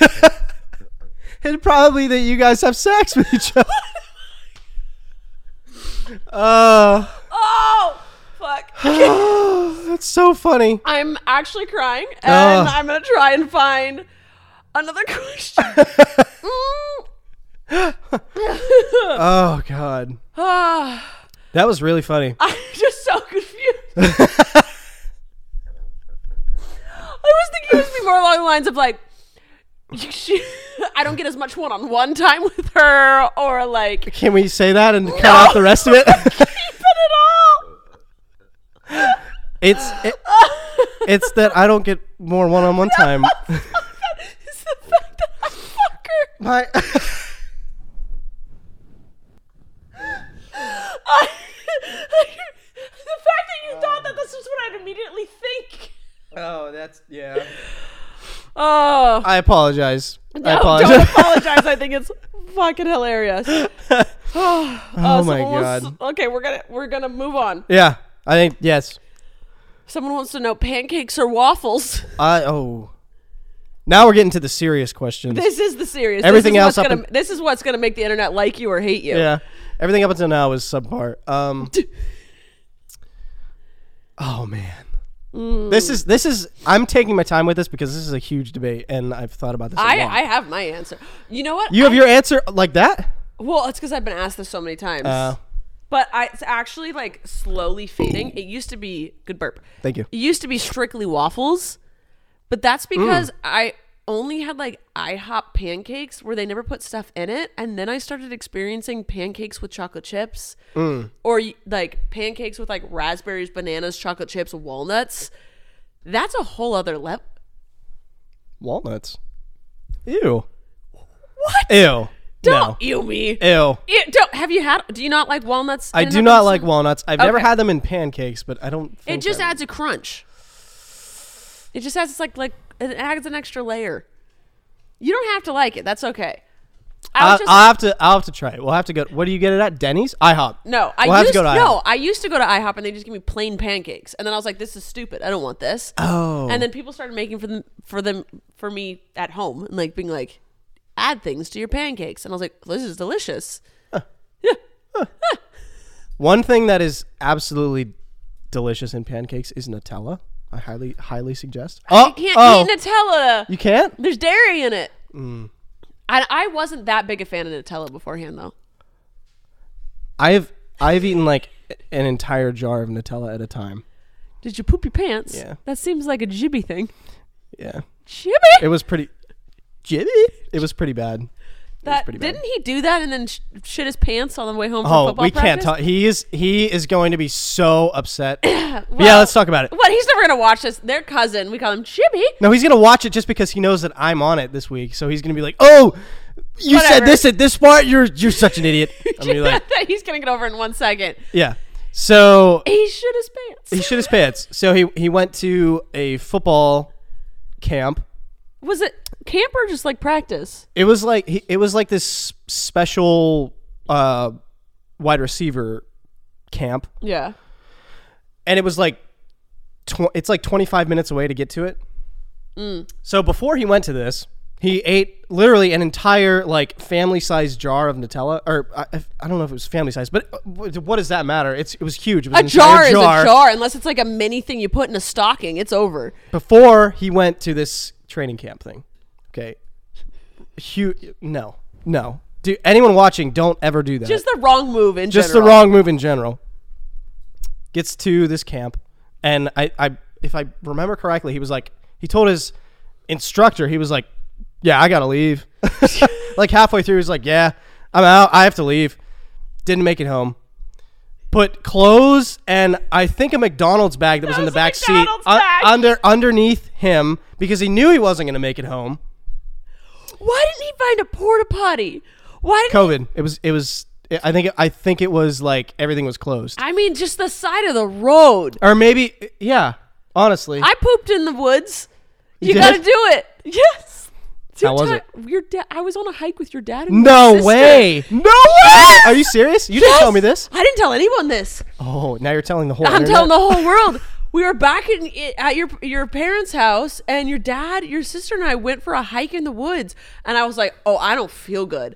Speaker 4: it'd probably that you guys have sex with each other. Oh,
Speaker 5: Oh, fuck.
Speaker 4: oh, that's so funny.
Speaker 5: I'm actually crying, and
Speaker 4: Ugh.
Speaker 5: I'm gonna try and find another question.
Speaker 4: Oh God.
Speaker 5: Ah,
Speaker 4: That was really funny.
Speaker 5: I'm just so confused. I was thinking it was be more along the lines of like, you should- I don't get as much one-on-one time with her, or like keep
Speaker 4: Can we say that and cut off the rest of it?
Speaker 5: it all.
Speaker 4: it's it, it's that I don't get more one-on-one time.
Speaker 5: It's the fact that I fuck her.
Speaker 4: My
Speaker 5: the fact that you thought that this is what I'd immediately think.
Speaker 4: Oh, that's yeah.
Speaker 5: Oh,
Speaker 4: I apologize. I
Speaker 5: no,
Speaker 4: apologize.
Speaker 5: Oh, don't apologize. I think it's fucking hilarious. oh,
Speaker 4: oh my
Speaker 5: someone wants-
Speaker 4: god.
Speaker 5: okay, we're gonna we're gonna move on.
Speaker 4: Yeah, I think yes.
Speaker 5: Someone wants to know pancakes or waffles.
Speaker 4: I oh. Now we're getting to the serious questions.
Speaker 5: This is the serious.
Speaker 4: Everything
Speaker 5: this is what's
Speaker 4: else up
Speaker 5: Gonna, this is what's gonna make the internet like you or hate you.
Speaker 4: yeah, everything up until now was subpar. Um. oh man.
Speaker 5: Mm.
Speaker 4: This is this is I'm taking my time with this because this is a huge debate and I've thought about this. a
Speaker 5: I,
Speaker 4: lot.
Speaker 5: I have my answer. You know what?
Speaker 4: you have your answer like that?
Speaker 5: Well, it's because I've been asked this so many times.
Speaker 4: Uh,
Speaker 5: but I, it's actually like slowly fading. It used to be good burp.
Speaker 4: Thank you. Mm.
Speaker 5: It used to be strictly waffles, but that's because I only had like IHOP pancakes where they never put stuff in it, and then I started experiencing pancakes with chocolate chips,
Speaker 4: Mm.
Speaker 5: or y- like pancakes with like raspberries, bananas, chocolate chips, walnuts. That's a whole other level.
Speaker 4: Walnuts. Ew.
Speaker 5: What?
Speaker 4: Ew.
Speaker 5: Don't
Speaker 4: no.
Speaker 5: ew me.
Speaker 4: Ew.
Speaker 5: Ew, don't, have you had? Do you not like walnuts?
Speaker 4: I
Speaker 5: in and
Speaker 4: do
Speaker 5: of
Speaker 4: not
Speaker 5: themselves?
Speaker 4: like walnuts. I've never
Speaker 5: Okay.
Speaker 4: had them in pancakes, but I don't.
Speaker 5: It
Speaker 4: Think
Speaker 5: just
Speaker 4: I-
Speaker 5: adds a crunch. It just adds it's like like it adds an extra layer. You don't have to like it. That's okay. I
Speaker 4: Uh, I,
Speaker 5: was just
Speaker 4: I'll have to. I'll have to try it. We'll have to go. What do you get it at Denny's? IHOP.
Speaker 5: no. I
Speaker 4: we'll have
Speaker 5: used
Speaker 4: to go to
Speaker 5: no.
Speaker 4: IHOP.
Speaker 5: I used to go to IHOP and they just give me plain pancakes, and then I was like, "This is stupid. I don't want this."
Speaker 4: Oh.
Speaker 5: And then people started making for them for them for me at home and like being like, "Add things to your pancakes," and I was like, "This is delicious."
Speaker 4: One thing that is absolutely delicious in pancakes is Nutella. I highly, highly suggest. Oh,
Speaker 5: I can't
Speaker 4: oh,
Speaker 5: eat Nutella.
Speaker 4: You Mm. can't.
Speaker 5: There's dairy in it. I I wasn't that big a fan of Nutella beforehand though.
Speaker 4: I've I've eaten like an entire jar of Nutella at a time.
Speaker 5: Did you poop your pants?
Speaker 4: Yeah.
Speaker 5: That seems like a jibby thing.
Speaker 4: Yeah.
Speaker 5: Jibby?
Speaker 4: It was pretty. Jimmy. It was pretty bad.
Speaker 5: that,
Speaker 4: pretty bad.
Speaker 5: didn't he do that and then sh- shit his pants on the way home from
Speaker 4: Oh,
Speaker 5: football
Speaker 4: we can't
Speaker 5: practice?
Speaker 4: talk. He is he is going to be so upset. yeah,
Speaker 5: Well-
Speaker 4: let's talk about it.
Speaker 5: What? He's never going to watch this. Their cousin, we call him Jibby.
Speaker 4: No, he's gonna watch it just because he knows that I'm on it this week. So he's gonna be like, "Oh, you said
Speaker 5: Whatever.
Speaker 4: this at this part. You're you're such an idiot." I mean, like,
Speaker 5: he's going to get over in one second.
Speaker 4: yeah. So
Speaker 5: He shit his pants.
Speaker 4: he shit his pants. So he he went to a football camp.
Speaker 5: Was it camp or just like practice?
Speaker 4: It was like he, it was like this special uh, wide receiver camp,
Speaker 5: Yeah.
Speaker 4: and it was like tw- it's like 25 minutes away to get to it.
Speaker 5: Mm.
Speaker 4: So before he went to this, he ate literally an entire like family-sized jar of Nutella, or I, I- I don't know if it was family-sized, but w- what does that matter? It's it was huge. It was
Speaker 5: A
Speaker 4: an entire
Speaker 5: jar, is a jar, unless it's like a mini thing you put in a stocking. It's over.
Speaker 4: Before he went to this training camp thing, okay. Huge. No, no. Do anyone watching? Don't ever do that.
Speaker 5: Just the wrong move in
Speaker 4: just the
Speaker 5: general.
Speaker 4: wrong move in general. Gets to this camp, and I, I, if I remember correctly, he was like, he told his instructor, he was like, "Yeah, I gotta leave." like halfway through, he's like, "Yeah, I'm out. I have to leave." Didn't make it home. Put clothes and I think a McDonald's bag that was in the
Speaker 5: was a
Speaker 4: back seat
Speaker 5: McDonald's
Speaker 4: un-
Speaker 5: bag.
Speaker 4: under underneath him because he knew he wasn't gonna make it home.
Speaker 5: Why didn't he find a porta potty? Why didn't
Speaker 4: COVID. It was. It was. I think. I think it was like everything was closed.
Speaker 5: I mean, just the side of the road.
Speaker 4: Or maybe, yeah. Honestly,
Speaker 5: I pooped in the woods. You,
Speaker 4: did?
Speaker 5: gotta do it. Yes. Two
Speaker 4: How was
Speaker 5: ti-
Speaker 4: it?
Speaker 5: Your da- I was on a hike with your dad. And your
Speaker 4: no
Speaker 5: sister.
Speaker 4: way. No way. Are you serious? You didn't
Speaker 5: Yes.
Speaker 4: tell me this.
Speaker 5: I didn't tell anyone this.
Speaker 4: Oh, now you're telling the whole.
Speaker 5: I'm
Speaker 4: internet?
Speaker 5: telling the whole world. We were back in, i- at your your parents' house, and your dad, your sister, and I went for a hike in the woods. And I was like, "Oh, I don't feel good."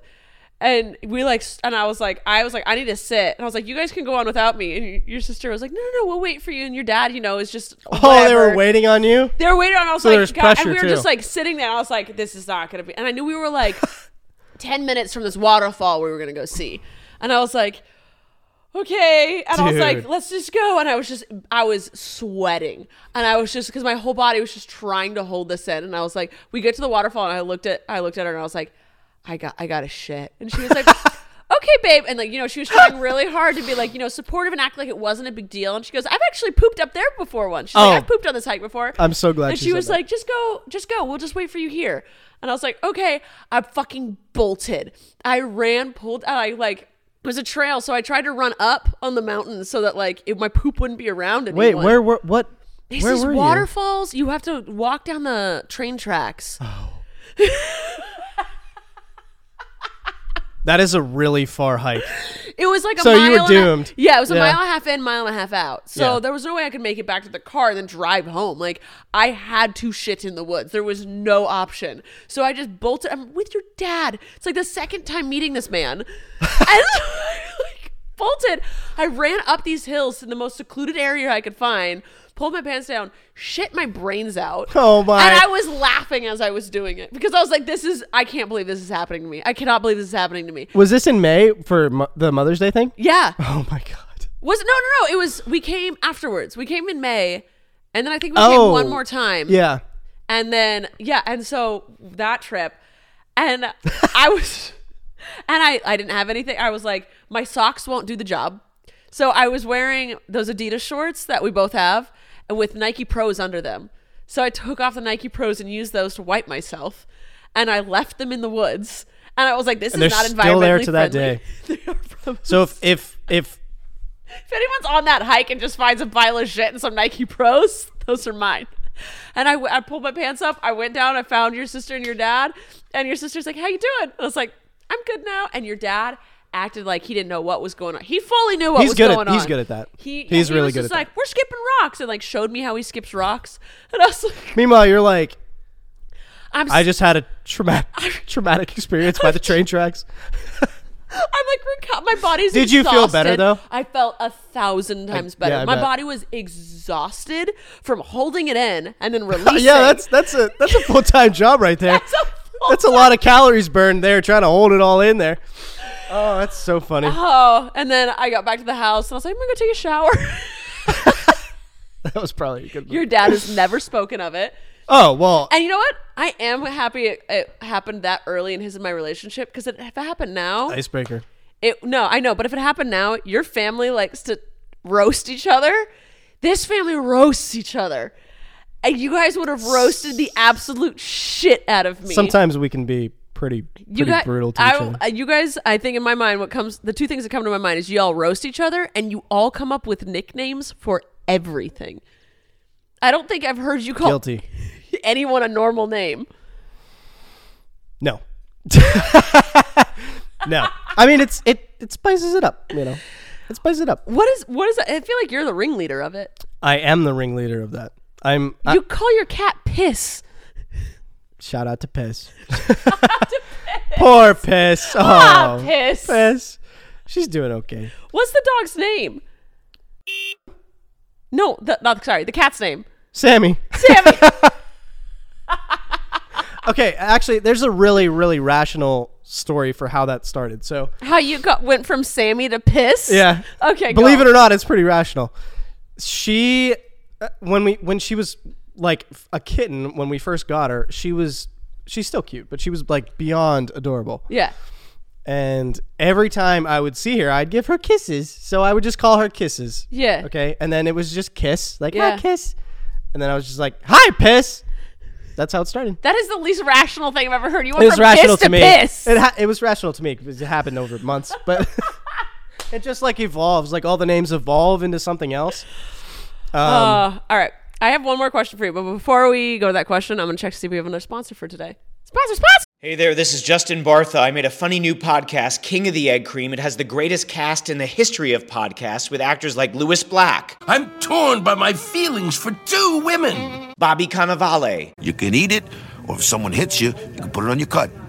Speaker 5: And we like, s- and I was like, I was like, I need to sit. And I was like, you guys can go on without me. And y- your sister was like, no, no, no, we'll wait for you. And your dad, you know, is just
Speaker 4: Oh, they were
Speaker 5: whatever.
Speaker 4: waiting on you.
Speaker 5: They were waiting on. I was
Speaker 4: So there's
Speaker 5: like, God, and
Speaker 4: pressure,
Speaker 5: we were
Speaker 4: too.
Speaker 5: just like sitting there. I was like, this is not gonna be. And I knew we were like ten minutes from this waterfall we were gonna go see. And I was like, okay. And I was like,
Speaker 4: Dude.
Speaker 5: let's just go. And I was just, I was sweating, and I was just because my whole body was just trying to hold this in. And I was like, we get to the waterfall, and I looked at, I looked at her, and I was like, I got, I got a shit. And she was like. Okay, babe, and like you know, she was trying really hard to be like you know supportive and act like it wasn't a big deal. And she goes, "I've actually pooped up there before once." She's
Speaker 4: Oh.
Speaker 5: like, "I've pooped on this hike before."
Speaker 4: I'm so glad
Speaker 5: And
Speaker 4: she
Speaker 5: she,
Speaker 4: said
Speaker 5: was
Speaker 4: that.
Speaker 5: like, just go, just go. We'll just wait for you here. And I was like, okay. I fucking bolted. I ran, pulled, and I like It was a trail, so I tried to run up on the mountain so that like it, my poop wouldn't be around anyone.
Speaker 4: Wait, where were what?
Speaker 5: These
Speaker 4: where
Speaker 5: is
Speaker 4: were
Speaker 5: waterfalls. You? have to walk down the train tracks.
Speaker 4: you? That is a really far hike.
Speaker 5: It was like a
Speaker 4: So
Speaker 5: mile.
Speaker 4: you were
Speaker 5: and a-
Speaker 4: doomed.
Speaker 5: yeah, it was a
Speaker 4: Yeah.
Speaker 5: mile and a half in, mile and a half out. So
Speaker 4: Yeah.
Speaker 5: there was no way I could make it back to the car and then drive home. Like I had to shit in the woods. There was no option. So I just bolted. I'm with your dad. It's like the second time meeting this man. and I, like bolted. I ran up these hills to the most secluded area I could find. Pulled my pants down, shit my brains out.
Speaker 4: Oh, my.
Speaker 5: And I was laughing as I was doing it because I was like, "This is I can't believe this is happening to me. I cannot believe this is happening to me."
Speaker 4: Was this in May for mo- the Mother's Day thing?
Speaker 5: Yeah,
Speaker 4: Oh my god.
Speaker 5: was no, no, no. It was we came afterwards. We came in May, and then I think we came
Speaker 4: Oh.
Speaker 5: one more time.
Speaker 4: Yeah.
Speaker 5: and then yeah, and so that trip, and I was, and I I didn't have anything. I was like, my socks won't do the job, so I was wearing those Adidas shorts that we both have, and with Nike Pros under them. So I took off the Nike Pros and used those to wipe myself, and I left them in the woods. And I was like, "This
Speaker 4: And
Speaker 5: is
Speaker 4: they're
Speaker 5: not
Speaker 4: still there
Speaker 5: environmentally
Speaker 4: to that
Speaker 5: friendly. They are from-
Speaker 4: So if if if
Speaker 5: if anyone's on that hike and just finds a pile of shit and some Nike Pros, those are mine. And I, w- I pulled my pants up. I went down. I found your sister and your dad. And your sister's like, "How you doing?" I was like, "I'm good now." And your dad acted like he didn't know what was going on. He fully knew what
Speaker 4: He's
Speaker 5: was
Speaker 4: good at-
Speaker 5: going on.
Speaker 4: he's good at that.
Speaker 5: He
Speaker 4: He's
Speaker 5: he
Speaker 4: really
Speaker 5: was
Speaker 4: good
Speaker 5: Just
Speaker 4: at
Speaker 5: like we're skipping rocks and like showed me how he skips rocks. And I was like,
Speaker 4: meanwhile you're like
Speaker 5: "I'm
Speaker 4: I just had a traumatic traumatic experience by the train tracks.
Speaker 5: I'm like reco- my body's.
Speaker 4: Did you feel better,
Speaker 5: exhausted.
Speaker 4: though?
Speaker 5: I felt a thousand times better.
Speaker 4: yeah, I
Speaker 5: my
Speaker 4: bet.
Speaker 5: body was exhausted from holding it in and then releasing.
Speaker 4: yeah, that's that's a that's a full time job right there.
Speaker 5: That's a full
Speaker 4: That's a lot of calories burned there trying to hold it all in there. Oh, that's so funny.
Speaker 5: Oh, and then I got back to the house and I was like, I'm gonna go take a shower.
Speaker 4: That was probably a good. One.
Speaker 5: Your dad has never spoken of it.
Speaker 4: Oh well,
Speaker 5: And you know what? I am happy it, it happened that early in his and my relationship because if it happened now,
Speaker 4: icebreaker.
Speaker 5: it no, I know, but if it happened now, your family likes to roast each other. This family roasts each other. And you guys would have roasted the absolute shit out of me.
Speaker 4: Sometimes we can be pretty pretty
Speaker 5: you guys,
Speaker 4: brutal to
Speaker 5: I,
Speaker 4: each other.
Speaker 5: uh, You guys, I think in my mind, what comes the two things that come to my mind is you all roast each other and you all come up with nicknames for everything. I don't think I've heard you call
Speaker 4: Guilty.
Speaker 5: anyone a normal name.
Speaker 4: No. no. I mean, it's it it spices it up. You know, it spices it up.
Speaker 5: What is what is? I feel like you're the ringleader of it.
Speaker 4: I am the ringleader of that. I'm. I-
Speaker 5: You call your cat piss.
Speaker 4: shout out to piss. Poor piss. Oh,
Speaker 5: Ah, piss.
Speaker 4: piss. She's doing okay.
Speaker 5: What's the dog's name? No, the, not sorry. The cat's name.
Speaker 4: Sammy.
Speaker 5: Sammy. Ah.
Speaker 4: Okay, actually, there's a really really rational story for how that started. So
Speaker 5: How you got went from Sammy to piss?
Speaker 4: Yeah.
Speaker 5: Okay,
Speaker 4: Believe
Speaker 5: go.
Speaker 4: it or not, it's pretty rational. She, uh, when we when she was like f- a kitten when we first got her, she was she's still cute, but she was like beyond adorable.
Speaker 5: Yeah.
Speaker 4: And every time I would see her, I'd give her kisses. So I would just call her kisses.
Speaker 5: Yeah.
Speaker 4: Okay. And then it was just kiss, like
Speaker 5: Yeah.
Speaker 4: my kiss. And then I was just like, "Hi, piss." That's how it started.
Speaker 5: That is the least rational thing I've ever heard. You went
Speaker 4: It was
Speaker 5: from
Speaker 4: rational
Speaker 5: piss to,
Speaker 4: to me.
Speaker 5: piss.
Speaker 4: It ha- it was rational to me because it happened over months, but it just like evolves. Like all the names evolve into something else. Um,
Speaker 5: Uh, all right. I have one more question for you, but before we go to that question, I'm going to check to see if we have another sponsor for today. Sponsor, sponsor!
Speaker 6: Hey there, this is Justin Bartha. I made a funny new podcast, King of the Egg Cream. It has the greatest cast in the history of podcasts with actors like Louis Black,
Speaker 7: I'm torn by my feelings for two women.
Speaker 6: Bobby Cannavale,
Speaker 7: You can eat it, or if someone hits you, you can put it on your cut.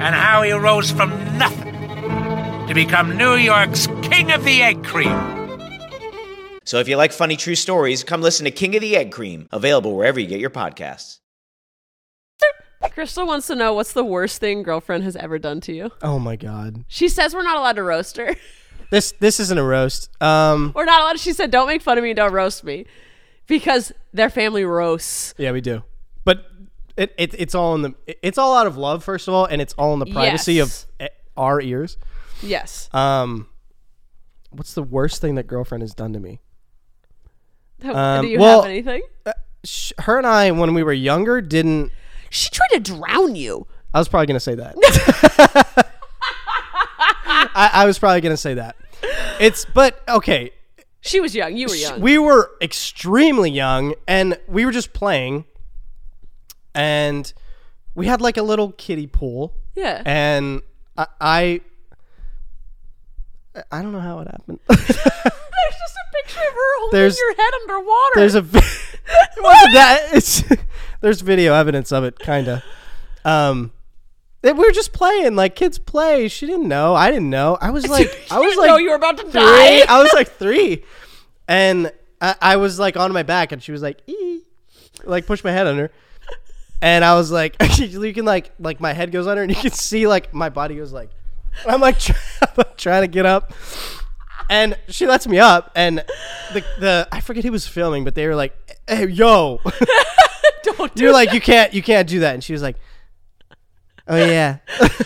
Speaker 7: and how he rose from nothing to become New York's king of the egg cream.
Speaker 6: So if you like funny true stories, come listen to King of the Egg Cream, available wherever you get your podcasts.
Speaker 5: Crystal wants to know what's the worst thing girlfriend has ever done to you.
Speaker 4: Oh my god.
Speaker 5: She says we're not allowed to roast her.
Speaker 4: This this isn't a roast. Um,
Speaker 5: We're not allowed. She said, "Don't make fun of me. Don't roast me," because their family roasts.
Speaker 4: yeah, we do, but it, it it's all in the it- it's all out of love, first of all, and it's all in the privacy of eh, our ears.
Speaker 5: Yes.
Speaker 4: Um, what's the worst thing that girlfriend has done to me?
Speaker 5: That-
Speaker 4: Um,
Speaker 5: do you
Speaker 4: well-
Speaker 5: have anything?
Speaker 4: Sh- her and I, when we were younger, didn't.
Speaker 5: She tried to drown you.
Speaker 4: I was probably gonna say that. I, I was probably gonna say that. It's but okay.
Speaker 5: She was young. You were
Speaker 4: Sh-
Speaker 5: young.
Speaker 4: We were extremely young, and we were just playing, and we had like a little kiddie pool.
Speaker 5: Yeah.
Speaker 4: And I, I, I don't know how it happened.
Speaker 5: There's just a picture of her holding
Speaker 4: There's-
Speaker 5: your head underwater.
Speaker 4: There's a. vi- it wasn't that. It's there's video evidence of it, kinda. Um, that we were just playing like kids play. She didn't know. I didn't know. I was like, I was
Speaker 5: didn't
Speaker 4: like,
Speaker 5: know you were about to
Speaker 4: three.
Speaker 5: die.
Speaker 4: I was like three, and I, I was like on my back, and she was like, ee, like push my head under. And I was like, you can like, like my head goes under, and you can see like my body goes like, and I'm like, try, I'm like trying to get up, and she lets me up, and the the I forget who was filming, but they were like, hey, yo,
Speaker 5: don't
Speaker 4: you're like you can't you can't do that, and she was like, oh yeah,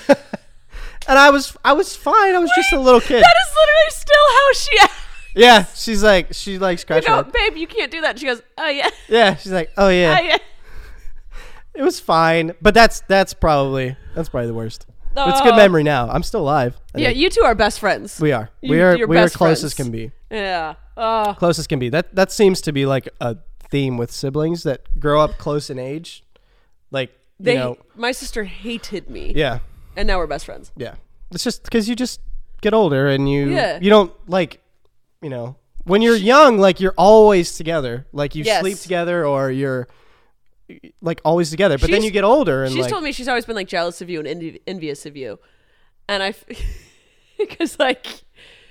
Speaker 4: and I was I was fine, I was just a little kid.
Speaker 5: That is literally still how she.
Speaker 4: yeah, she's like she like scratched my
Speaker 5: No,
Speaker 4: head.
Speaker 5: babe, you can't do that. She goes, "Oh yeah,
Speaker 4: Yeah, she's like, oh yeah,
Speaker 5: Oh, yeah."
Speaker 4: it was fine, but that's that's probably that's probably the worst. But it's
Speaker 5: Oh.
Speaker 4: good memory now. I'm still alive. I
Speaker 5: Yeah,
Speaker 4: think.
Speaker 5: you two are best friends.
Speaker 4: we are
Speaker 5: You-
Speaker 4: we are
Speaker 5: you're
Speaker 4: we are
Speaker 5: best
Speaker 4: close as
Speaker 5: friends.
Speaker 4: can be.
Speaker 5: Yeah. Oh,
Speaker 4: close as can be. That that seems to be like a theme with siblings that grow up close in age. Like
Speaker 5: they.
Speaker 4: you know,
Speaker 5: my sister hated me.
Speaker 4: yeah,
Speaker 5: And now we're best friends.
Speaker 4: yeah. It's just because you just get older and you
Speaker 5: Yeah.
Speaker 4: you don't like you know when you're young like you're always together like you
Speaker 5: Yes.
Speaker 4: sleep together or you're like always together. But then
Speaker 5: She's-
Speaker 4: you get older and
Speaker 5: she's
Speaker 4: like
Speaker 5: told me she's always been like jealous of you and envi- envious of you, and I, because like,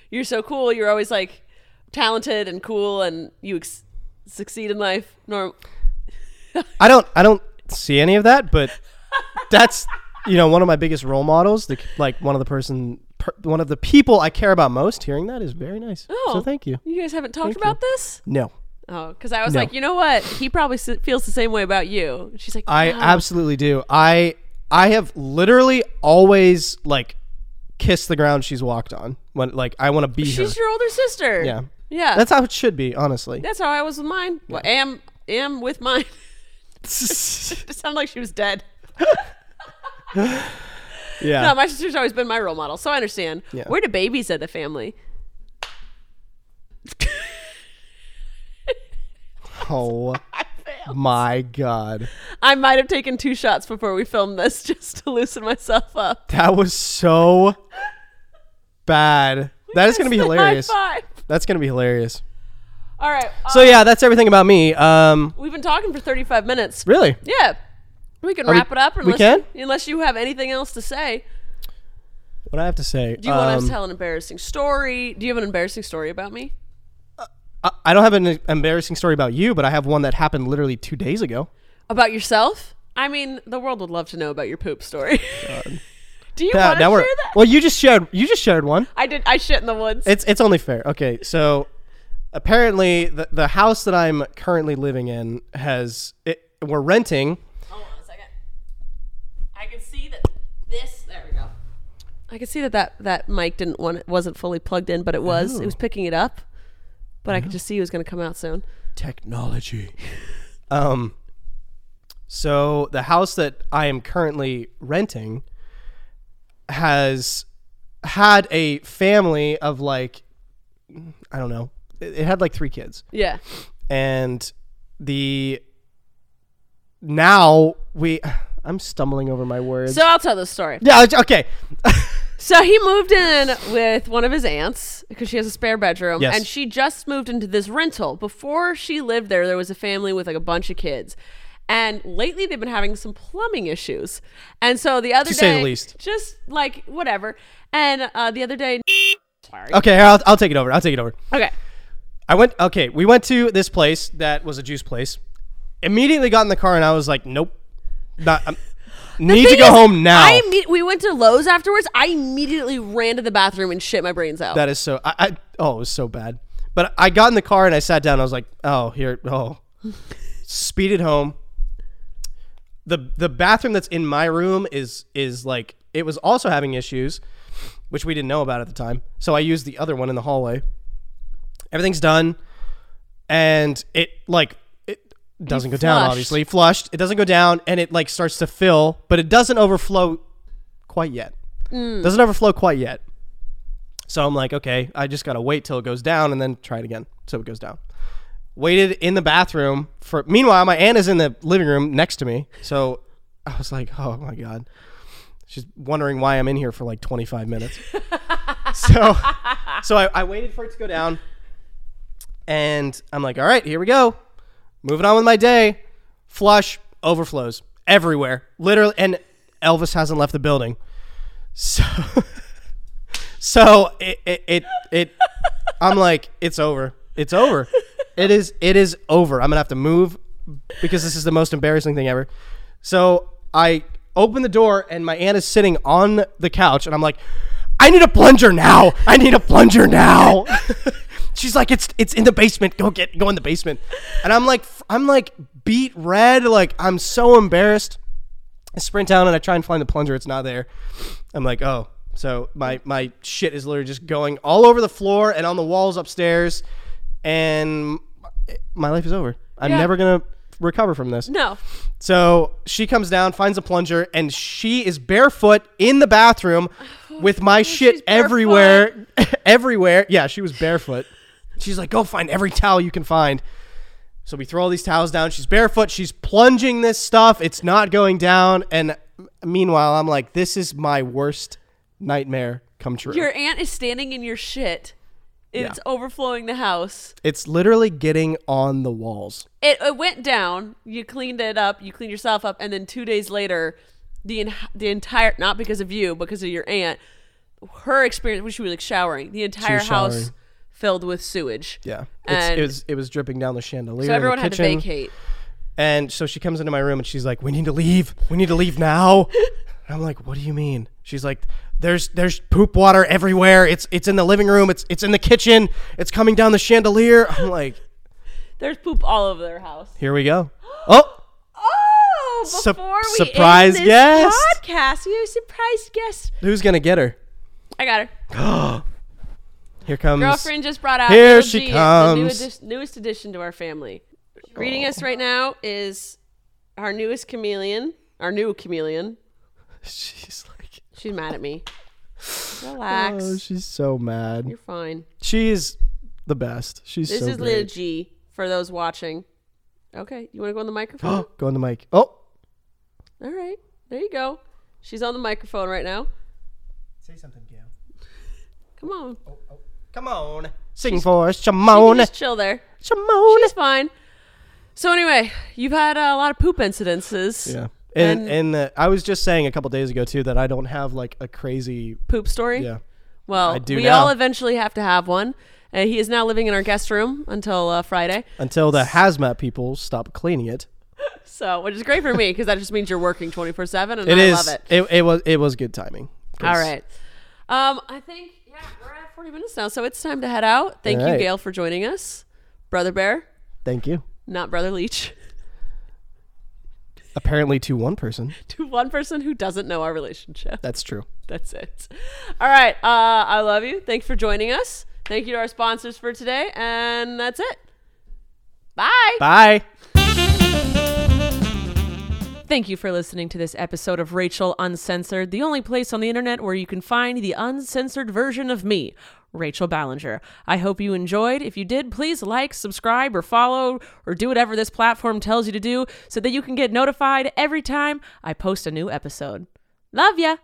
Speaker 5: you're so cool. You're always like talented and cool, and you ex- succeed in life. Norm.
Speaker 4: I don't I don't see any of that, but that's you know one of my biggest role models. The, like one of the person. per- One of the people I care about most, hearing that is very nice.
Speaker 5: Oh,
Speaker 4: so thank you.
Speaker 5: You guys haven't talked
Speaker 4: Thank you.
Speaker 5: about this.
Speaker 4: No,
Speaker 5: Oh, because I was
Speaker 4: No.
Speaker 5: like, you know what? He probably s- feels the same way about you. And She's like, "Oh,
Speaker 4: I
Speaker 5: "Wow."
Speaker 4: absolutely do. I I have literally always like kissed the ground she's walked on. When like I want to be
Speaker 5: She's
Speaker 4: her.
Speaker 5: your older sister.
Speaker 4: yeah.
Speaker 5: yeah.
Speaker 4: That's how it should be, honestly.
Speaker 5: That's how I was with mine. Well, am am with mine. it sounded like she was dead.
Speaker 4: Yeah.
Speaker 5: No, my sister's always been my role model, so I understand.
Speaker 4: Yeah.
Speaker 5: We're the babies of the family.
Speaker 4: oh my god.
Speaker 5: I might have taken two shots before we filmed this just to loosen myself up.
Speaker 4: That was so bad. That is going to be hilarious.
Speaker 5: High five.
Speaker 4: That's going to be hilarious.
Speaker 5: All right. uh,
Speaker 4: So yeah, that's everything about me. Um
Speaker 5: We've been talking for 35 minutes.
Speaker 4: really.
Speaker 5: Yeah. We can
Speaker 4: Are we-
Speaker 5: wrap it up
Speaker 4: we
Speaker 5: unless,
Speaker 4: can?
Speaker 5: unless you have anything else to say.
Speaker 4: What I have to say.
Speaker 5: Do you want
Speaker 4: um,
Speaker 5: to tell an embarrassing story? Do you have an embarrassing story about me?
Speaker 4: I, I don't have an embarrassing story about you, but I have one that happened literally 2 days ago.
Speaker 5: About yourself? I mean, the world would love to know about your poop story. Do you
Speaker 4: Yeah, now
Speaker 5: want to share
Speaker 4: we're-
Speaker 5: that?
Speaker 4: Well, you just shared you just shared one.
Speaker 5: I did. I shit in the woods.
Speaker 4: It's it's only fair. Okay, so apparently the the house that I'm currently living in has it, we're renting.
Speaker 5: Hold on a second. I can see that this. There we go. I can see that that, that mic didn't want it wasn't fully plugged in, but it was.
Speaker 4: Oh.
Speaker 5: It was picking it up, but I could just see it was going to come out soon.
Speaker 4: Technology. um. So the house that I am currently renting has had a family of like I don't know. It it had like three kids.
Speaker 5: Yeah.
Speaker 4: and the now we I'm stumbling over my words.
Speaker 5: So I'll tell this story.
Speaker 4: yeah, okay.
Speaker 5: So he moved in with one of his aunts because she has a spare bedroom,
Speaker 4: Yes.
Speaker 5: and she just moved into this rental. Before she lived there, there was a family with like a bunch of kids, and lately they've been having some plumbing issues. And so the other
Speaker 4: To
Speaker 5: day,
Speaker 4: say the least.
Speaker 5: just like whatever. And uh, the other day, sorry,
Speaker 4: Okay, here, I'll, I'll take it over. I'll take it over.
Speaker 5: okay,
Speaker 4: I went okay, we went to this place that was a juice place. Immediately got in the car and I was like, nope. Not I'm, Need to go home now.
Speaker 5: I imme- we went to Lowe's afterwards. I immediately ran to the bathroom and shit my brains out.
Speaker 4: That is so. I, I oh, it was so bad. But I got in the car and I sat down. I was like, oh, here, oh, speeded home. the The bathroom that's in my room is is like it was also having issues, which we didn't know about at the time. So I used the other one in the hallway. Everything's done, and it like it doesn't go down.
Speaker 8: flushed.
Speaker 4: Obviously, flushed. It doesn't go down, and it like starts to fill, but it doesn't overflow quite yet.
Speaker 8: Mm.
Speaker 4: Doesn't overflow quite yet. So I'm like, okay, I just gotta wait till it goes down and then try it again. So it goes down. Waited in the bathroom for. Meanwhile, my aunt is in the living room next to me. So I was like, oh my god, she's wondering why I'm in here for like 25 minutes. so, so I, I waited for it to go down, and I'm like, all right, here we go. Moving on with my day. Flush overflows everywhere, literally, and Elvis hasn't left the building. So. So it it it, it I'm like, it's over. It's over. It is it is over. I'm gonna have to move because this is the most embarrassing thing ever. So I open the door and my aunt is sitting on the couch and I'm like, I need a plunger now. I need a plunger now. She's like, it's it's in the basement. Go get go in the basement. And I'm like I'm like beat red. Like I'm so embarrassed. I sprint down and I try and find the plunger. It's not there. I'm like, oh. So my my shit is literally just going all over the floor and on the walls upstairs, and my life is over. I'm
Speaker 5: Yeah.
Speaker 4: never gonna recover from this.
Speaker 5: No.
Speaker 4: So she comes down, finds a plunger, and she is barefoot in the bathroom with my shit everywhere, everywhere. Yeah, she was barefoot. She's like, go find every towel you can find. So we throw all these towels down. She's barefoot. She's plunging this stuff. It's not going down. And meanwhile, I'm like, this is my worst nightmare come true.
Speaker 5: Your aunt is standing in your shit. It's overflowing the house.
Speaker 4: it's literally getting on the walls.
Speaker 5: It, it went down. You cleaned it up. You cleaned yourself up, and then two days later, the en- the entire not because of you, because of your aunt, her experience when she was like showering, the entire house
Speaker 4: showering.
Speaker 5: filled with sewage.
Speaker 4: Yeah, it's,
Speaker 5: and
Speaker 4: it was it was dripping down the chandelier.
Speaker 5: so
Speaker 4: in
Speaker 5: everyone
Speaker 4: the
Speaker 5: had to
Speaker 4: kitchen.
Speaker 5: vacate.
Speaker 4: And so she comes into my room and she's like, "We need to leave. We need to leave now." And I'm like, "What do you mean?" She's like, "There's there's poop water everywhere. It's it's in the living room. It's it's in the kitchen. It's coming down the chandelier." I'm like,
Speaker 5: There's poop all over their house.
Speaker 4: "Here we go." Oh,
Speaker 5: Oh,
Speaker 4: Sup-
Speaker 5: before we
Speaker 4: surprise
Speaker 5: end this
Speaker 4: guest.
Speaker 5: podcast, you surprise guest.
Speaker 4: who's gonna get her?
Speaker 5: I got her.
Speaker 4: Here comes
Speaker 5: Girlfriend just brought out.
Speaker 4: Here
Speaker 5: Little
Speaker 4: she
Speaker 5: G, The new
Speaker 4: comes.
Speaker 5: addi- newest addition to our family. Reading us right now is our newest chameleon. Our new chameleon.
Speaker 4: She's like.
Speaker 5: She's mad at me. Relax.
Speaker 4: Oh, she's so mad.
Speaker 5: You're fine.
Speaker 4: She's the best. She's
Speaker 5: this
Speaker 4: so
Speaker 5: is
Speaker 4: great.
Speaker 5: Lil G for those watching. Okay, you want to go on the microphone?
Speaker 4: go on the mic. Oh,
Speaker 5: All right, there you go. She's on the microphone right now.
Speaker 4: Say something, Gail.
Speaker 5: Come on.
Speaker 4: come on. sing for us, Shimon.
Speaker 5: She can just chill there.
Speaker 4: Shimon.
Speaker 5: She's fine. So anyway, you've had uh, a lot of poop incidences.
Speaker 4: Yeah.
Speaker 5: And,
Speaker 4: And and uh, I was just saying a couple days ago too that I don't have like a crazy
Speaker 5: poop story.
Speaker 4: Yeah.
Speaker 5: Well,
Speaker 4: I do
Speaker 5: we
Speaker 4: now.
Speaker 5: all eventually have to have one. Uh, he is now living in our guest room until uh, Friday,
Speaker 4: until the hazmat people stop cleaning it.
Speaker 5: so which is great for me because that just means you're working twenty four seven, and
Speaker 4: It
Speaker 5: I
Speaker 4: is.
Speaker 5: love it.
Speaker 4: it. was it was good timing. 'Cause
Speaker 5: All right. Um, I think yeah, we're at forty minutes now, so it's time to head out. Thank
Speaker 4: All
Speaker 5: you,
Speaker 4: right.
Speaker 5: Gail, for joining us, brother Bear,
Speaker 4: Thank you.
Speaker 5: not brother Leach,
Speaker 4: Apparently to one person.
Speaker 5: to one person who doesn't know our relationship.
Speaker 4: That's true.
Speaker 5: That's it. All right. Uh, I love you. Thanks for joining us. Thank you to our sponsors for today, and that's it. Bye.
Speaker 4: Bye.
Speaker 5: Thank you for listening to this episode of Rachel Uncensored, the only place on the internet where you can find the uncensored version of me, Rachel Ballinger. I hope you enjoyed. If you did, please like, subscribe, or follow, or do whatever this platform tells you to do so that you can get notified every time I post a new episode. Love ya!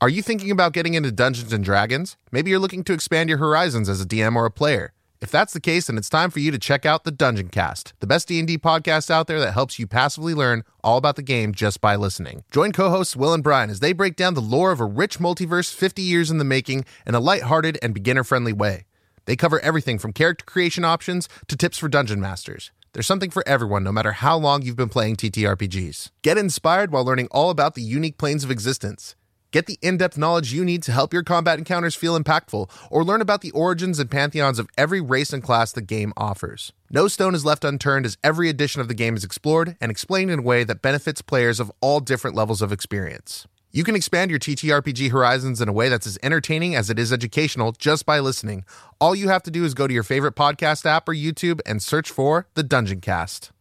Speaker 9: Are you thinking about getting into Dungeons and Dragons? Maybe you're looking to expand your horizons as a DM or a player. If that's the case, then it's time for you to check out the Dungeon Cast, the best D&D podcast out there that helps you passively learn all about the game just by listening. Join co-hosts Will and Brian as they break down the lore of a rich multiverse 50 years in the making in a lighthearted and beginner-friendly way. They cover everything from character creation options to tips for dungeon masters. There's something for everyone, no matter how long you've been playing TTRPGs. Get inspired while learning all about the unique planes of existence. Get the in depth knowledge you need to help your combat encounters feel impactful, or learn about the origins and pantheons of every race and class the game offers. No stone is left unturned as every edition of the game is explored and explained in a way that benefits players of all different levels of experience. You can expand your TTRPG horizons in a way that's as entertaining as it is educational just by listening. All you have to do is go to your favorite podcast app or YouTube and search for The Dungeon Cast.